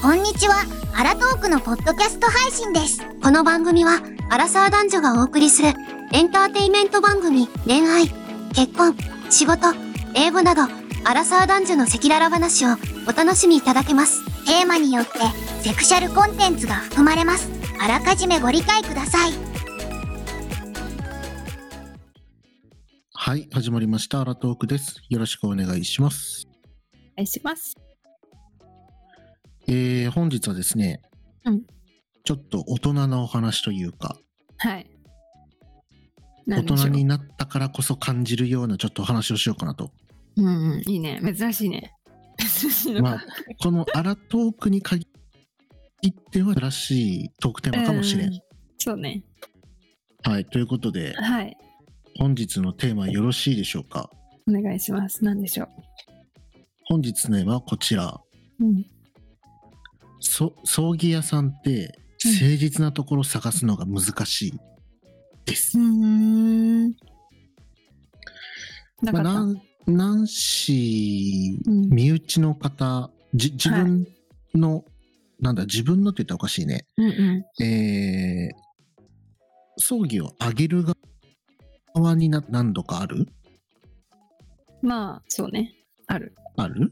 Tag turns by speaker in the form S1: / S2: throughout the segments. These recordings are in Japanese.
S1: こんにちは。アラトークのポッドキャスト配信です。この番組は、アラサー男女がお送りするエンターテイメント番組、恋愛、結婚、仕事、英語など、アラサー男女の赤裸々話をお楽しみいただけます。テーマによって、セクシャルコンテンツが含まれます。あらかじめご理解ください。
S2: はい、始まりました。アラトークです。よろしくお願いします。
S3: お願いします。
S2: えー、本日はですね、
S3: うん
S2: ちょっと大人なお話というか、
S3: はい。な
S2: 大
S3: んでしょ
S2: 人
S3: う
S2: になったからこそ感じるようなちょっとお話をしようかなと。
S3: うんうん、いいね。珍しいね。珍しいのか。
S2: まあ、このアラトークに限っては新しいトークテーマかもしれん。
S3: うんそうね。
S2: はい、ということで、
S3: はい。
S2: 本日のテーマよろしいでしょうか。
S3: お願いします。なんでしょ
S2: 本日のテーマはこちら。
S3: う。うん。
S2: そ葬儀屋さんって
S3: うん
S2: 誠実なところを探すのが難しいです。
S3: うーん。な
S2: ま
S3: か
S2: あ、
S3: った。
S2: なんなんし、
S3: うん
S2: 身内の方じ自分の、なんだ自分のって言ったらおかしいね
S3: うんうん。
S2: えー、葬儀をあげる側にな何度かある
S3: まあ、そうね。ある。
S2: ある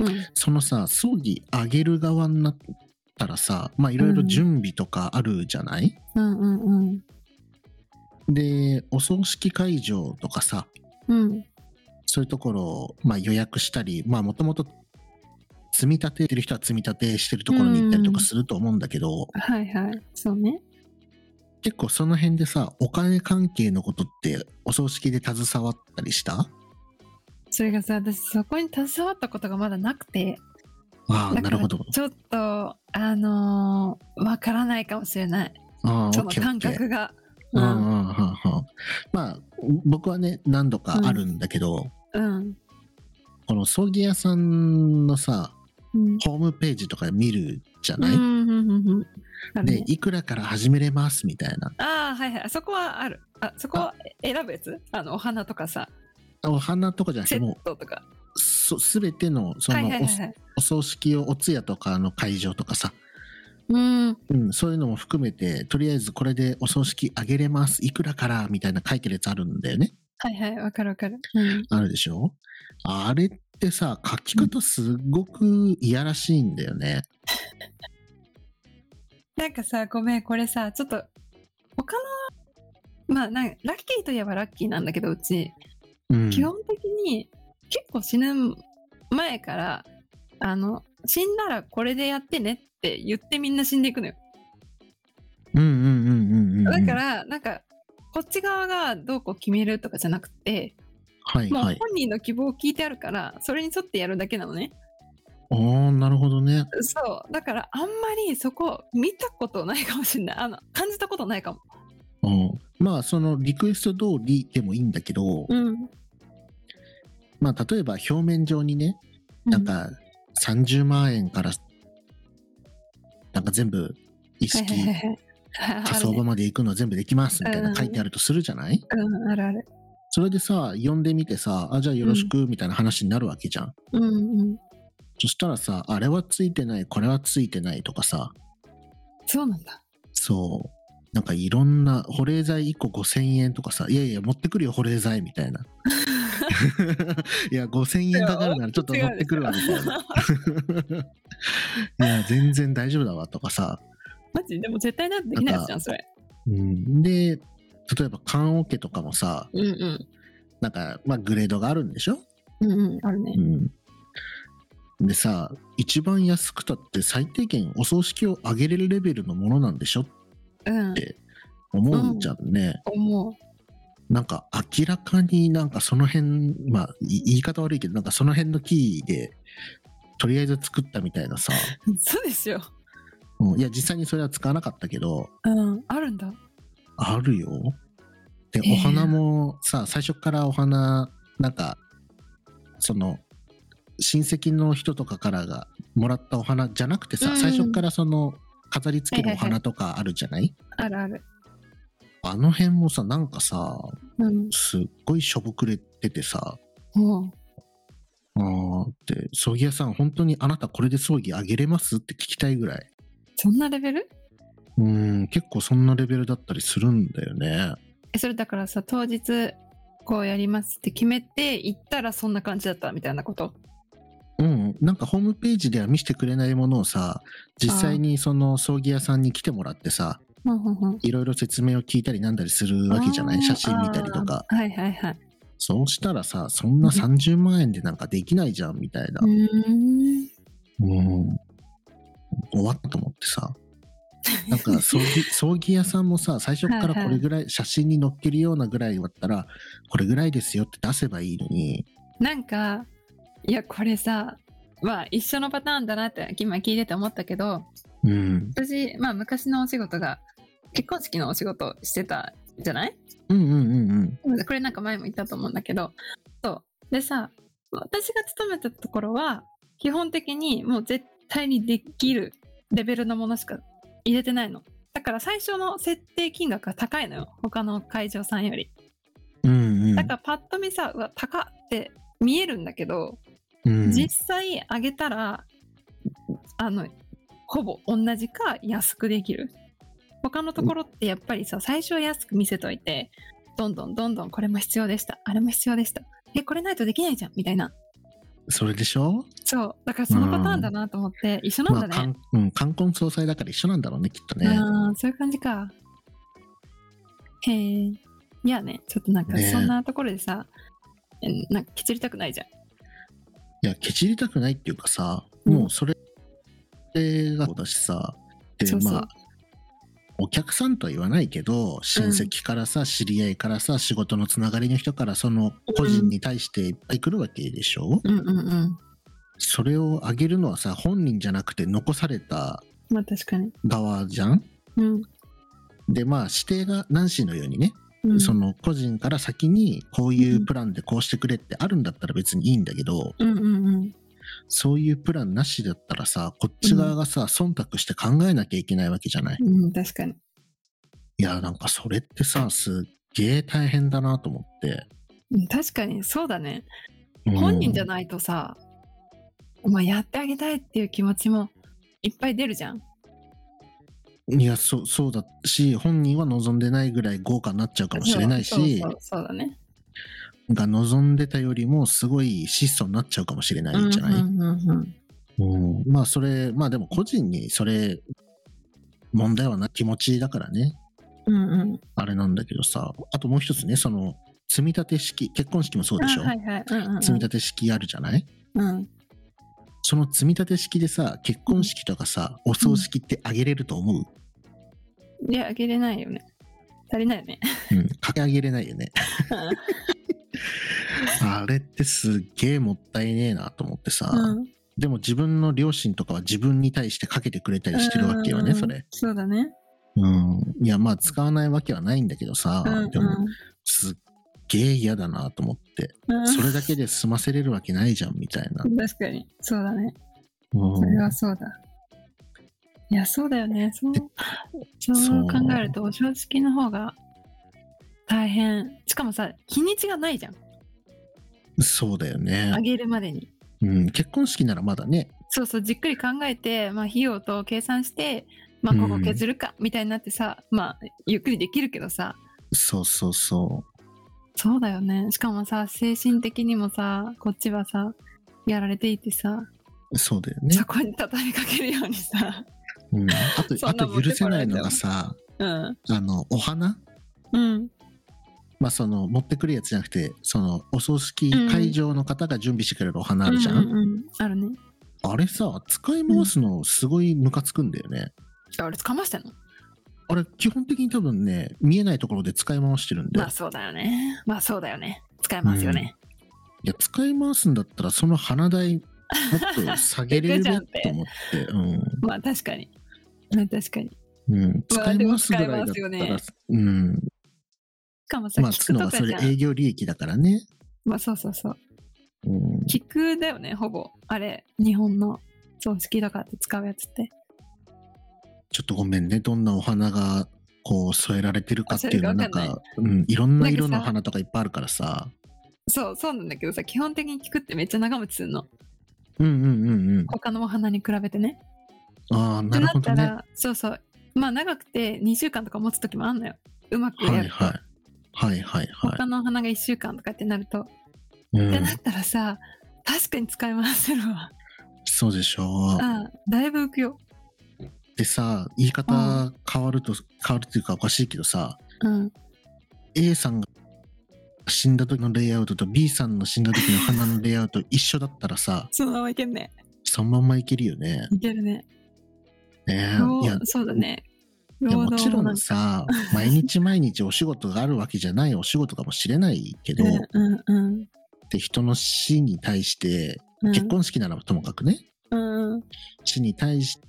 S3: うん。
S2: そのさ葬儀あげる側になったらさまあいろいろ
S3: うん
S2: 準備とかあるじゃない、
S3: うんうんうん。
S2: でお葬式会場とかさ
S3: うん。
S2: そういうところを、まあ、予約したり、まあ、もともと積み立ててる人は積み立てしてるところに行ったりとかすると思うんだけど、
S3: はいはい。そうね。
S2: 結構その辺でさ、お金関係のことってお葬式で携わったりしたあ
S3: それがさ、私そこに携わったことがまだなくて。
S2: あ、
S3: だ
S2: な
S3: か
S2: る
S3: ら
S2: ほど。
S3: ちょっと、あのーわからないかもしれない。
S2: ああ、
S3: そ
S2: オ
S3: の
S2: ッケーオ
S3: 感
S2: ッケー。
S3: 覚が。
S2: うんう
S3: うん
S2: んうんうんまあ、僕はね、何度かあるんだけど、
S3: うん。
S2: この葬儀屋さんのさ、
S3: うん
S2: ホームページとか見るじゃない、
S3: うんうんうんうんある
S2: で
S3: ね、
S2: いくらから始めれますみたいな。
S3: ああはいはいあそこはあるあそこは選ぶやつあのお花とかさ
S2: お花とかじゃなく
S3: セ
S2: て、も
S3: ットとか
S2: う、そすべての、そ
S3: は
S2: の、
S3: いはいはいはい
S2: おお葬式をお通夜とかの会場とかさ、
S3: うん
S2: うん、そういうのも含めて、とりあえずこれでお葬式あげれます、いくらからみたいな書いてるやつあるんだよね。
S3: はいはいわかるわかる、うん、
S2: あるでしょあれってさ、書き方すごくいやらしいんだよね。
S3: なんかさごめんこれさちょっと他のまあなんラッキーといえばラッキーなんだけどうち
S2: うん。
S3: 基本的に結構死ぬ前からあの死んだらこれでやってねって言ってみんな死んでいくのよ
S2: うんうんうんうんうん。
S3: だか、らなんかこっち側がどうこう決めるとかじゃなくて
S2: はい
S3: もう
S2: はい。
S3: 本人の希望を聞いてあるから、それに沿ってやるだけなのね。
S2: ああ、なるほどね。
S3: そう。だから、あんまりそこ、見たことないかもしれない。あの、感じたことないかも。
S2: うん、まあ、そのリクエスト通りでもいいんだけど、
S3: ん。
S2: まあ、例えば表面上にね、なん、か30万円から、なんか全部意
S3: はい
S2: 識、
S3: はいはいはい。
S2: 火葬場まで行くのは全部できますみたいな書いてあるとするじゃない、
S3: あるねうん、あるある。
S2: それでさ呼んでみてさあじゃあよろしくみたいな話になるわけじゃん、
S3: うんうん。
S2: そしたらさあれはついてないこれはついてないとかさ
S3: そうなんだ。
S2: そうなんかいろんな保冷剤1個5000円とかさいやいや持ってくるよ保冷剤みたいな いや5000円かかるならちょっと持ってくるわみたいないや全然大丈夫だわとかさ、
S3: マジでも絶対なんてできないやつじゃん、それ。
S2: うん、で例えば棺桶とかもさ
S3: うんうん。
S2: なんかまあグレードがあるんでしょ
S3: うんうん、あるね。
S2: うん、でさ一番安くたって最低限お葬式を上げれるレベルのものなんでしょ
S3: うん。
S2: 思うじゃんね、
S3: 思う。
S2: なんか明らかになんかその辺まあい言い方悪いけどなんかその辺のキーでとりあえず作ったみたいなさ、
S3: そうですよ。
S2: うん、いや実際にそれは使わなかったけど
S3: うん。あるんだ。
S2: あるよで
S3: へえ
S2: お花もさ最初からお花なんかその親戚の人とかからがもらったお花じゃなくてさ、
S3: うん
S2: 最初からその飾り付けるお
S3: はいはいは
S2: 花とかあるじゃない,、
S3: あるある。
S2: あの辺もさなんかさ
S3: うん。
S2: すっごいしょぼくれててさ
S3: も
S2: あーって、葬儀屋さん、本当にあなたこれで葬儀あげれますって聞きたいぐらい。
S3: そんなレベル
S2: うん、結構そんなレベルだったりするんだよね。
S3: えそれだからさ当日こうやりますって決めて行ったらそんな感じだったみたいなこと
S2: うん、なんかホームページでは見せてくれないものをさ、実際にその葬儀屋さんに来てもらってさ、
S3: ほんほんほん
S2: いろいろ説明を聞いたりなんだりするわけじゃな
S3: あー
S2: い写真見たりとか。
S3: はいはいはい
S2: そうしたらさ、そんな30万円でなんかできないじゃんみたいな。
S3: うん
S2: うん。終わったと思ってさ。なんか葬儀葬儀屋さんもさ最初からこれぐらい写真に載っけるようなぐらいだったらこれぐらいですよって出せばいいのに
S3: なんかいやこれさまあ一緒のパターンだなって今聞いてて思ったけど
S2: うん
S3: 私、まあ、昔のお仕事が結婚式のお仕事してたじゃない
S2: うんうんうんうん
S3: これなんか前も言ったと思うんだけどそうでさ私が勤めたところは基本的にもう絶対にできるレベルのものしか入れてないのだから最初の設定金額が高いのよ他の会場さんより
S2: うんうん
S3: だからパッと見さうわ高って見えるんだけど
S2: うん
S3: 実際上げたらあのほぼ同じか安くできる他のところってやっぱりさ最初は安く見せといてどんどんどんどんこれも必要でしたあれも必要でしたえこれないとできないじゃんみたいな
S2: それでしょ
S3: そうだからそのパターンだなと思って一緒な
S2: まあ
S3: んだね、
S2: 冠うん冠婚葬祭だから一緒なんだろうねきっとね
S3: あーそういう感じかへえいやねちょっとなんか
S2: ね
S3: そんなところでさ、えなんかケチりたくないじゃん
S2: いや、ケチりたくないっていうかさ、
S3: うん
S2: もうそれがだしさ、で、
S3: そうそう
S2: まあ、お客さんとは言わないけど、親戚からさ、知り合いからさ、仕事のつながりの人から、その個人に対していっぱい来るわけでしょ、
S3: うんうんうん
S2: それをあげるのはさ、本人じゃなくて残された
S3: まあ確かに
S2: 側じゃん
S3: うん、
S2: で、まあ、指定がナンシーのようにね、
S3: うん、
S2: その個人から先にこういううんプランでこうしてくれってあるんだったら別にいいんだけど、
S3: うんうんうん
S2: そういうプランなしだったらさ、こっち側がさ、忖度して考えなきゃいけないわけじゃない。
S3: うん、確かに。
S2: いや、なんかそれってさ、すっげえ大変だなと思って。
S3: うん確かに、そうだね。本人じゃ
S2: な
S3: ないとさ、まあ、やってあげたいっていう気持ちもいっぱい出るじゃん。
S2: い。いや、そう、そうだし、本人は望んでないぐらい豪華になっちゃうかもしれないし、
S3: そうそうそうそうだね。
S2: が望んでたよりもすごい質素になっちゃうかもしれないんじゃない、
S3: うんうんうん
S2: うんまあそれ、まあでも個人にそれ、問題はな、気持ちだからね。
S3: うんうんうん
S2: あれなんだけどさ、あともう一つね、その、積み立て式、結婚式もそうでしょ、
S3: あはいはい。うんうんうん
S2: 積み立て式あるじゃない
S3: うん
S2: その積み立て式でさ、結婚式とかさ、お葬式ってあげれると思う、
S3: いや、あげれないよね。足りない よね。
S2: うん、かけあげれない よね。あれってすっげえもったいねえなと思ってさ、
S3: うん
S2: でも自分の両親とかは自分に対してかけてくれたりしてるわけよね、
S3: うん
S2: それ。
S3: そうだね。
S2: うん。いや、まあ使わないわけはないんだけどさ、
S3: うんうん
S2: でもすっげえ嫌だなと思って、
S3: うん
S2: それだけで済ませれるわけないじゃんみたいな。
S3: 確かに。そうだね。
S2: うん
S3: それはそうだ。いや、そうだよね。そう
S2: で
S3: そう考えると、お正直の方が大変。しかもさ、日にちがないじゃん。
S2: そうだよ
S3: あ
S2: ね、
S3: げるまでに。
S2: うん。結婚式ならまだね、
S3: そうそう、じっくり考えて、まあ、費用と計算して、まあ、ここ削るか、みたいになってさ、まあ、ゆっくりできるけどさ、
S2: そうそうそう。
S3: そうだよね。しかもさ、精神的にもさ、こっちはさ、やられていてさ、
S2: そうだよね
S3: そ。こに畳みかけるようにさ、
S2: うん、あと
S3: そ
S2: あ
S3: んな
S2: と
S3: 持って
S2: 許せ
S3: こ
S2: な
S3: られ
S2: い
S3: ても
S2: のがさ
S3: うん、
S2: あのお花、
S3: うん、
S2: まあ、その持ってくるやつじゃなくてそのお葬式会場の方が準備してくれるお花あるじゃん、
S3: うんうんうんあるね。
S2: あれさ使い回すのすごいムカつくんだよね、
S3: あれ、かましてんの
S2: あれ基本的に多分ね見えないところで使い回してるんで、
S3: まあ、そうだよね。まあ、そうだよね。使えますよね。
S2: いや使い回すんだったらその花代もっと下げれ
S3: 行
S2: る
S3: くじゃ
S2: べ
S3: んって
S2: と思って
S3: まあ確かに。まあ確かに。し
S2: うんうん、使い回すぐらいだっ
S3: でも使い回すよ
S2: たら、
S3: ね
S2: うん
S3: かもさ、
S2: まあ
S3: 聞
S2: つ
S3: く
S2: くの
S3: と
S2: は
S3: か
S2: そ
S3: じ
S2: れ
S3: ゃん。
S2: 営業利益だからね、
S3: まあそうそうそう。
S2: うん、
S3: 聞くだよね、ほぼ。あれ、日本の葬式とかって使うやつって。
S2: ちょっとごめんね、どんなお花がこう添えられてるかっていうのは
S3: あそ
S2: な
S3: れ
S2: ん
S3: がわかんない
S2: か、うん、いろんな色
S3: なん
S2: の
S3: かさ
S2: 花とかいっぱいあるからさ、
S3: そうそうなんだけどさ基本的に聞くってめっちゃ長持ちするの
S2: うんうんうんうん。
S3: 他のお花に比べてね
S2: ああ、なるほど
S3: ってな
S2: ね
S3: った。らそうそうまあ長くて2週間とか持つ時もあんのようまくやる、
S2: はいはい。はいはいは
S3: 他のお花が1週間とかってなると、
S2: い。
S3: っ
S2: う
S3: て
S2: ん
S3: なっ。たらさ確かに使い回せるわ
S2: そうでしょう。
S3: あだいぶ浮くよ
S2: でさ、言い方変わると、変わるっていうかおかしいけどさ、
S3: うん
S2: A さんが死んだ時のレイアウトと B さんの死んだ時の花のレイアウト一緒だったらさ、
S3: そのままいけんね
S2: そのまんまいけるよね。
S3: いけるね
S2: ね
S3: 労
S2: え。いや、
S3: そうだね
S2: いや
S3: 労
S2: も
S3: 働
S2: ちろ
S3: のなん
S2: ん
S3: か
S2: さ、毎日毎日お仕事があるわけじゃないお仕事かもしれないけど、
S3: うんうん
S2: で人の死に対して、
S3: うん
S2: 結婚式ならともかくね、
S3: うんうん
S2: 死に対し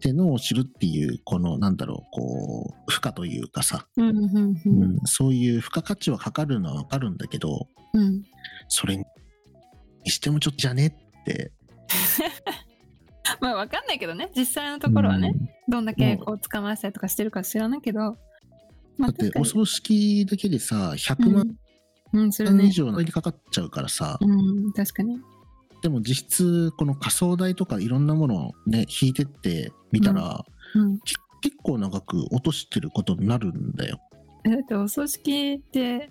S2: てのを知るっていう、この、なんだろう、こう、負荷というかさ、
S3: うんうんう
S2: うんんそういう付加価値はかかるのはわかるんだけど、
S3: うん
S2: それにしてもちょっとじゃねって。
S3: まあわかんないけどね実際のところはね、
S2: うん
S3: どんだけこう捕まえたりとかしてるか知らないけど、
S2: だ
S3: まあ、
S2: って
S3: 確か
S2: お
S3: に
S2: 葬式だけでさ、100
S3: う
S2: 万
S3: ん、うん、する
S2: 円以
S3: ね
S2: 上のにかかっちゃうからさ、
S3: うん確かに
S2: でも実質この仮想代とかいろんなものをね引いてってみたら、
S3: うん
S2: き結構長く落としてることになるんだよ。
S3: えだってお葬式って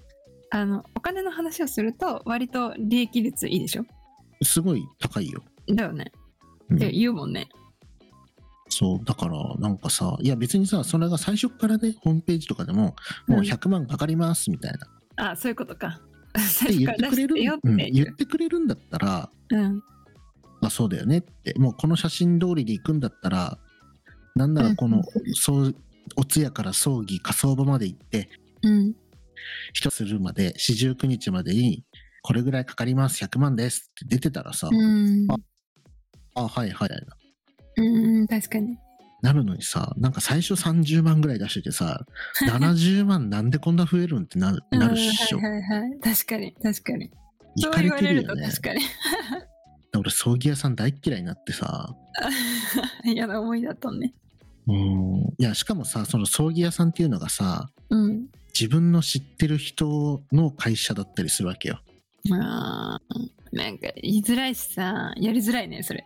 S3: あのお金の話をすると割と利益率いいでしょ
S2: すごい高いよ。
S3: だよね
S2: うん
S3: って言うもんね、
S2: そうだからなんかさいや別にさそれが最初からねホームページとかでももう100万かかりますみたいな、
S3: あそういうことか
S2: って
S3: 最
S2: 言
S3: 初
S2: っ
S3: か
S2: て
S3: ら
S2: く
S3: 出
S2: れ
S3: し
S2: る
S3: てよっ
S2: うん
S3: てい
S2: 言っ
S3: う、
S2: てくれるんだったら
S3: うん、
S2: あそうだよねってもうこの写真通りで行くんだったらなんならこの、そうお通夜から葬儀火葬場まで行って
S3: うん、
S2: 一つするまで四十九日までにこれぐらいかかります100万ですって出てたらさ、
S3: うん、
S2: あはいはいはい
S3: うん、確かに。
S2: なるのにさなんか最初30万ぐらい出してて さ70万なんでこんな増えるんってなるなるっしょ
S3: うんはいはいはい。確かに、確かに。
S2: い
S3: そう
S2: か
S3: 言
S2: れ
S3: わ
S2: て
S3: れ
S2: る
S3: る
S2: よ
S3: と
S2: ね
S3: 確かに。
S2: 俺葬儀屋さん大っ嫌いになってさ
S3: 嫌な思いだったね。
S2: うんいやしかもさその葬儀屋さんっていうのがさ
S3: うん。
S2: 自分の知ってる人の会社だったりするわけよ
S3: まあ、なんか言いづらいしさ、やりづらいね、それ。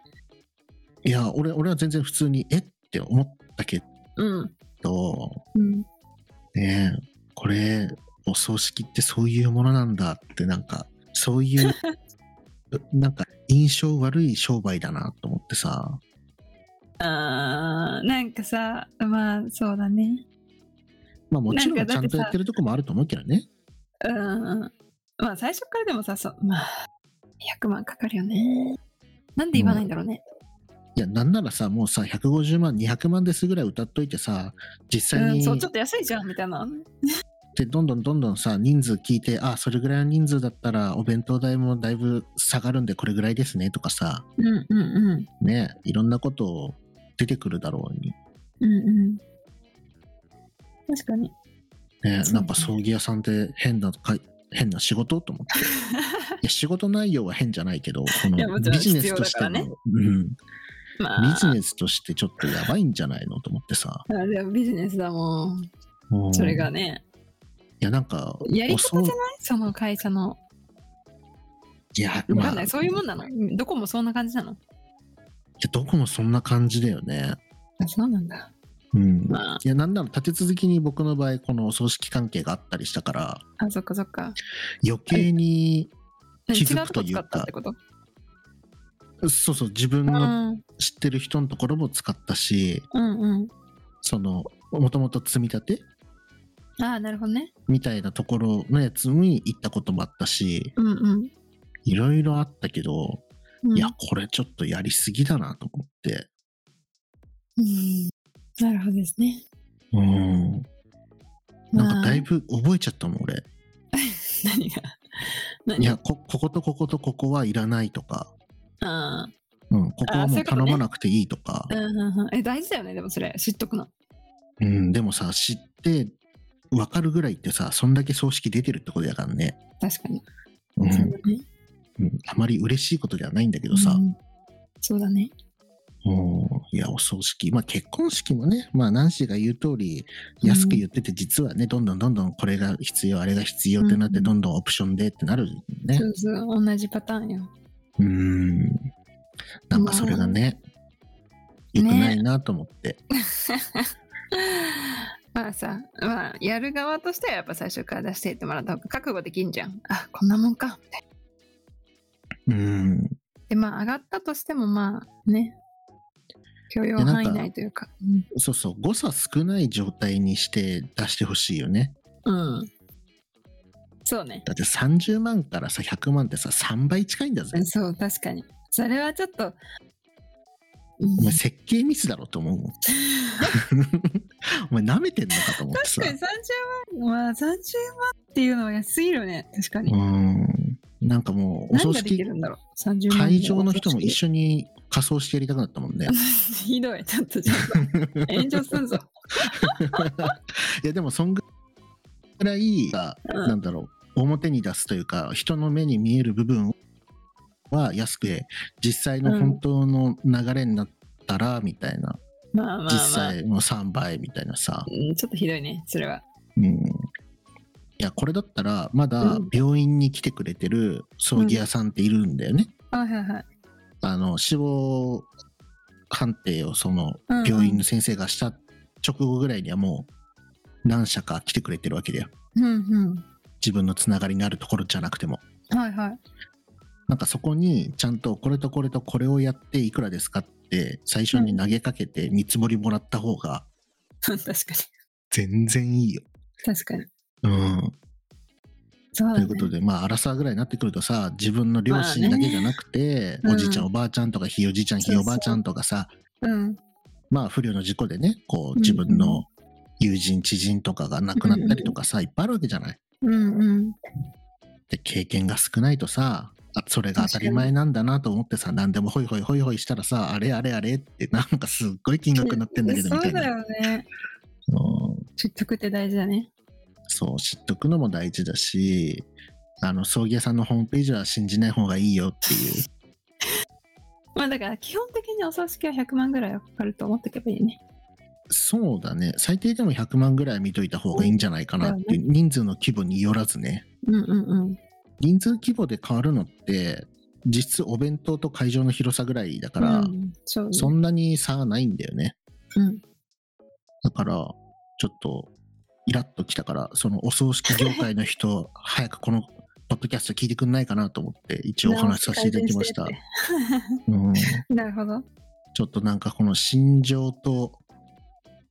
S2: いや俺俺は全然普通にえって思ったけ
S3: うん。
S2: ど
S3: うん、
S2: ねえこれお葬式ってそういうものなんだってなんかそういう なんか印象悪い商売だなと思ってさ
S3: あーなんかさ、まあそうだね。
S2: まあもちろ
S3: なん
S2: ん
S3: か
S2: ち
S3: だ
S2: ゃ
S3: っ
S2: ん
S3: て
S2: と
S3: さ
S2: やってるとこもあると思うけどね
S3: うん。まあ最初からでもさ、そうまあ、100万かかるよね。なんで言わないんだろうね。
S2: いやなんならさもうさ150万200万ですぐらい歌っといてさ
S3: う
S2: 実際
S3: ん、
S2: に
S3: そう、ちょっと安いじゃん、みたいな。
S2: でどんどんどんどんさ人数聞いてあそれぐらいの人数だったらお弁当代もだいぶ下がるんでこれぐらいですねとかさ
S3: うんうんうん。
S2: ねえいろんなこと出てくるだろうに
S3: うんうん。確かに。
S2: ね、
S3: そう
S2: なんか葬儀屋さんって変なかい変な仕事と思っ ていや仕事内容は変じゃないけどこ
S3: いやも
S2: の
S3: ちろ
S2: ビ
S3: ん
S2: ジネスとしての、
S3: 必要だ
S2: うん、ビ
S3: まあ、
S2: ジネスとしてちょっとやばいんじゃないのと思ってさ
S3: あでもビジネスだもん。
S2: うん
S3: それ
S2: い
S3: がね。
S2: やなんか
S3: やり方じゃ
S2: お葬
S3: ないその会社の。
S2: いや、
S3: わ
S2: ま
S3: か
S2: あ、
S3: んない。そういうもんなのどこもそんな感じなの
S2: いやどこもそんな感じだよね
S3: あ、そうなんだ。
S2: うん、
S3: まあ
S2: いやなんなら立て続きに僕の場合このお葬式関係があったりしたから
S3: あ、そっかそっか。
S2: 余計に
S3: 違
S2: 気づ
S3: う
S2: く
S3: と
S2: と
S3: こ
S2: いう
S3: 使
S2: か
S3: ったってこと
S2: そうそう自分
S3: うん
S2: の知ってる人のところも使ったし
S3: うん
S2: そのもともと積み立て
S3: うん。ああ、なるほどね。
S2: みたいなところのやつに行ったこともあったし、
S3: うんうん
S2: いろいろあったけど、
S3: うん。
S2: いや、これちょっとやりすぎだなと思って。
S3: うんなるほどですね。
S2: うん。なんかだい
S3: ぶ。
S2: ぶ覚えちゃったもん、俺。
S3: 何が
S2: い
S3: 何
S2: や、こ、こことこことここはいらないとか、
S3: あ
S2: うん、ここは
S3: あ
S2: も
S3: ーそう
S2: う
S3: いうことね
S2: 頼まなくていいとか
S3: ー、うんうんうん。え、大事だよね。でもそれ、知っとくの。
S2: うん、でもさ、知って、わかるぐらいってさ、そんだけ葬式出てるってことやからね。
S3: 確かに。
S2: うん
S3: そうだね
S2: うんあまり嬉しいことではないんだけどさ、
S3: うんそうだね。
S2: うんいや、お葬式。まあ結婚式もね、まあナンシーが言う通り、安く言ってて、実はね、どんどんどんどんこれが必要、あれが必要ってなって、
S3: うん
S2: どんどんオプションでってなるね
S3: そ。うそう同じパターンよ
S2: うん。なんかそれがね、良くないなと思って。
S3: まあさ、まあ、やる側としてはやっぱ最初から出していってもらった方が覚悟できんじゃん。あ、こんなもんか、みたいな。
S2: うん。
S3: で、まあ、上がったとしても、まあ、ね、許容
S2: いやなん
S3: 範
S2: か
S3: 囲内というか。うん
S2: そうそう、誤差少ない状態にして出してほしいよね。
S3: うん。そうね。
S2: だって30万からさ、100万ってさ、3倍近いんだぜ。
S3: そう、確かに。それはちょっと、
S2: お
S3: うん
S2: 前設計ミスだろと思うも ん。お前舐めてんのかと思って
S3: 確
S2: さ
S3: か。に30万、まあ、30万っていうのは安いよね。確かに。
S2: うん。なんかもう、お
S3: 何
S2: 葬
S3: ができ
S2: 式
S3: るんだろう。30万。
S2: 会場の人も一緒に仮装してやりたくなったもんね。
S3: ひどい。ちょっと、ちょっ と、炎上すん ぞ。
S2: いや、でもそんぐらい、
S3: うん
S2: なんだろう、表に出すというか、人の目に見える部分は安くて、実際の本当の流れになったら、みたいな、
S3: まあまあまあ。
S2: 実際の3倍みたいなさ。
S3: うんちょっとひどいね、それは。
S2: うんいやこれだったらまだ
S3: うん
S2: 病院に来てくれてる葬儀屋さんっているんだよね、
S3: はいはいはい。
S2: あの死亡判定をその
S3: うんうん
S2: 病院の先生がした直後ぐらいにはもう何社か来てくれてるわけだよ
S3: うんうん。
S2: 自分のつながりのあるところじゃなくても
S3: はいはい。
S2: なんかそこにちゃんとこれとこれとこれをやっていくらですかって最初に投げかけて見積もりもらった方が
S3: 確かに。
S2: 全然いいよ、
S3: 確かに。
S2: うん、
S3: そうだ、
S2: とい
S3: ね。
S2: うことで、まあ、アラサーぐらいになってくるとさ、自分の両親
S3: まあ
S2: だ
S3: ね
S2: けじゃなくて、
S3: うん
S2: おじいちゃん、おばあちゃんとか、ひいおじいちゃん、
S3: そうそ
S2: ひ
S3: う
S2: いおばあちゃんとかさ、
S3: うん。
S2: まあ、不慮の事故でね、こ
S3: う
S2: う、
S3: ん
S2: 自分の友人、知人とかが亡くなったりとかさ、いっぱいあるわけじゃない。
S3: うんうん。
S2: で、経験が少ないとさ、あそれが当たり前なんだなと思ってさ、何でもホイホイホイホイしたらさ、あれあれあれって、なんかすっごい金額になってんだけど、
S3: そ
S2: みたいう
S3: だ
S2: な。
S3: よね。
S2: うん
S3: 知っとくって大事だね。
S2: そう、知っとくのも大事だし、あの、葬儀屋さんのホームページは信じない方がいいよっていう。
S3: まあだから基本的にお葬式は100万ぐらいはかかると思っておけばいいね。
S2: そうだね。最低でも100万ぐらい見といた方がいいんじゃないかなっていう、人数の規模によらずね。
S3: うんうんうん。
S2: 人数規模で変わるのって、実質お弁当と会場の広さぐらいだから、
S3: うん、そうね
S2: そんなに差がないんだよね。
S3: うん。
S2: だから、ちょっと、イラッときたから、そのお葬式業界の人、 早くこのポッドキャスト聞いてくんないかなと思って、一応お話しさせていただきました。
S3: な
S2: うん、
S3: なるほど。
S2: ちょっとなんかこの心情と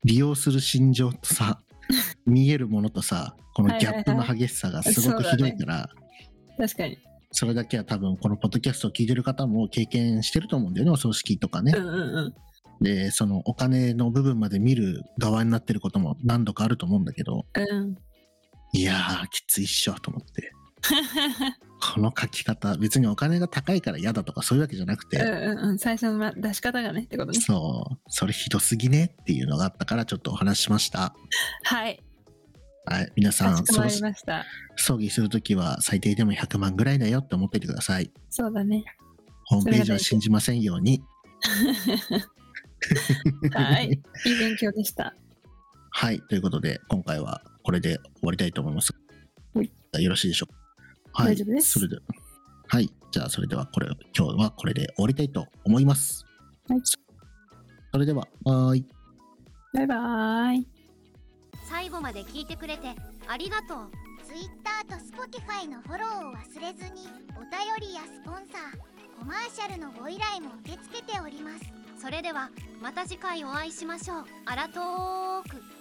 S2: 利用する心情と さ見えるものとさこのギャップの激しさがすごくひどいから、
S3: 確かに。
S2: それだけは多分このポッドキャストを聞いてる方も経験してると思うんだよねお葬式とかね
S3: うん、うんうん。
S2: でそのお金の部分まで見る側になってることも何度かあると思うんだけど
S3: うん。
S2: いやーきついっしょと思ってこの書き方別にお金が高いから嫌だとかそういうわけじゃなくて、
S3: うんうんうん。最初のま出し方がねってことね。
S2: そうそれひどすぎねっていうのがあったからちょっとお話ししました
S3: はい。
S2: はい皆さ
S3: かし
S2: ん
S3: こま
S2: 葬
S3: り
S2: 式
S3: ました。
S2: 葬儀するときは最低でも100万ぐらいだよって思っていてください。
S3: そうだね。
S2: ホームページは信じませんように。
S3: はい。いい勉強でした。
S2: はい。ということで、今回はこれで終わりたいと思います。
S3: はい
S2: よろしいでしょうか。はい。
S3: 大丈夫です
S2: それではい。じゃあ、それではこれ、今日はこれで終わりたいと思います。
S3: はい
S2: それでは、はーい。
S3: バイバーイ。
S1: 最後まで聞いてくれてありがとう Twitter と Spotify のフォローを忘れずにお便りやスポンサーコマーシャルのご依頼も受け付けておりますそれではまた次回お会いしましょうあらとーく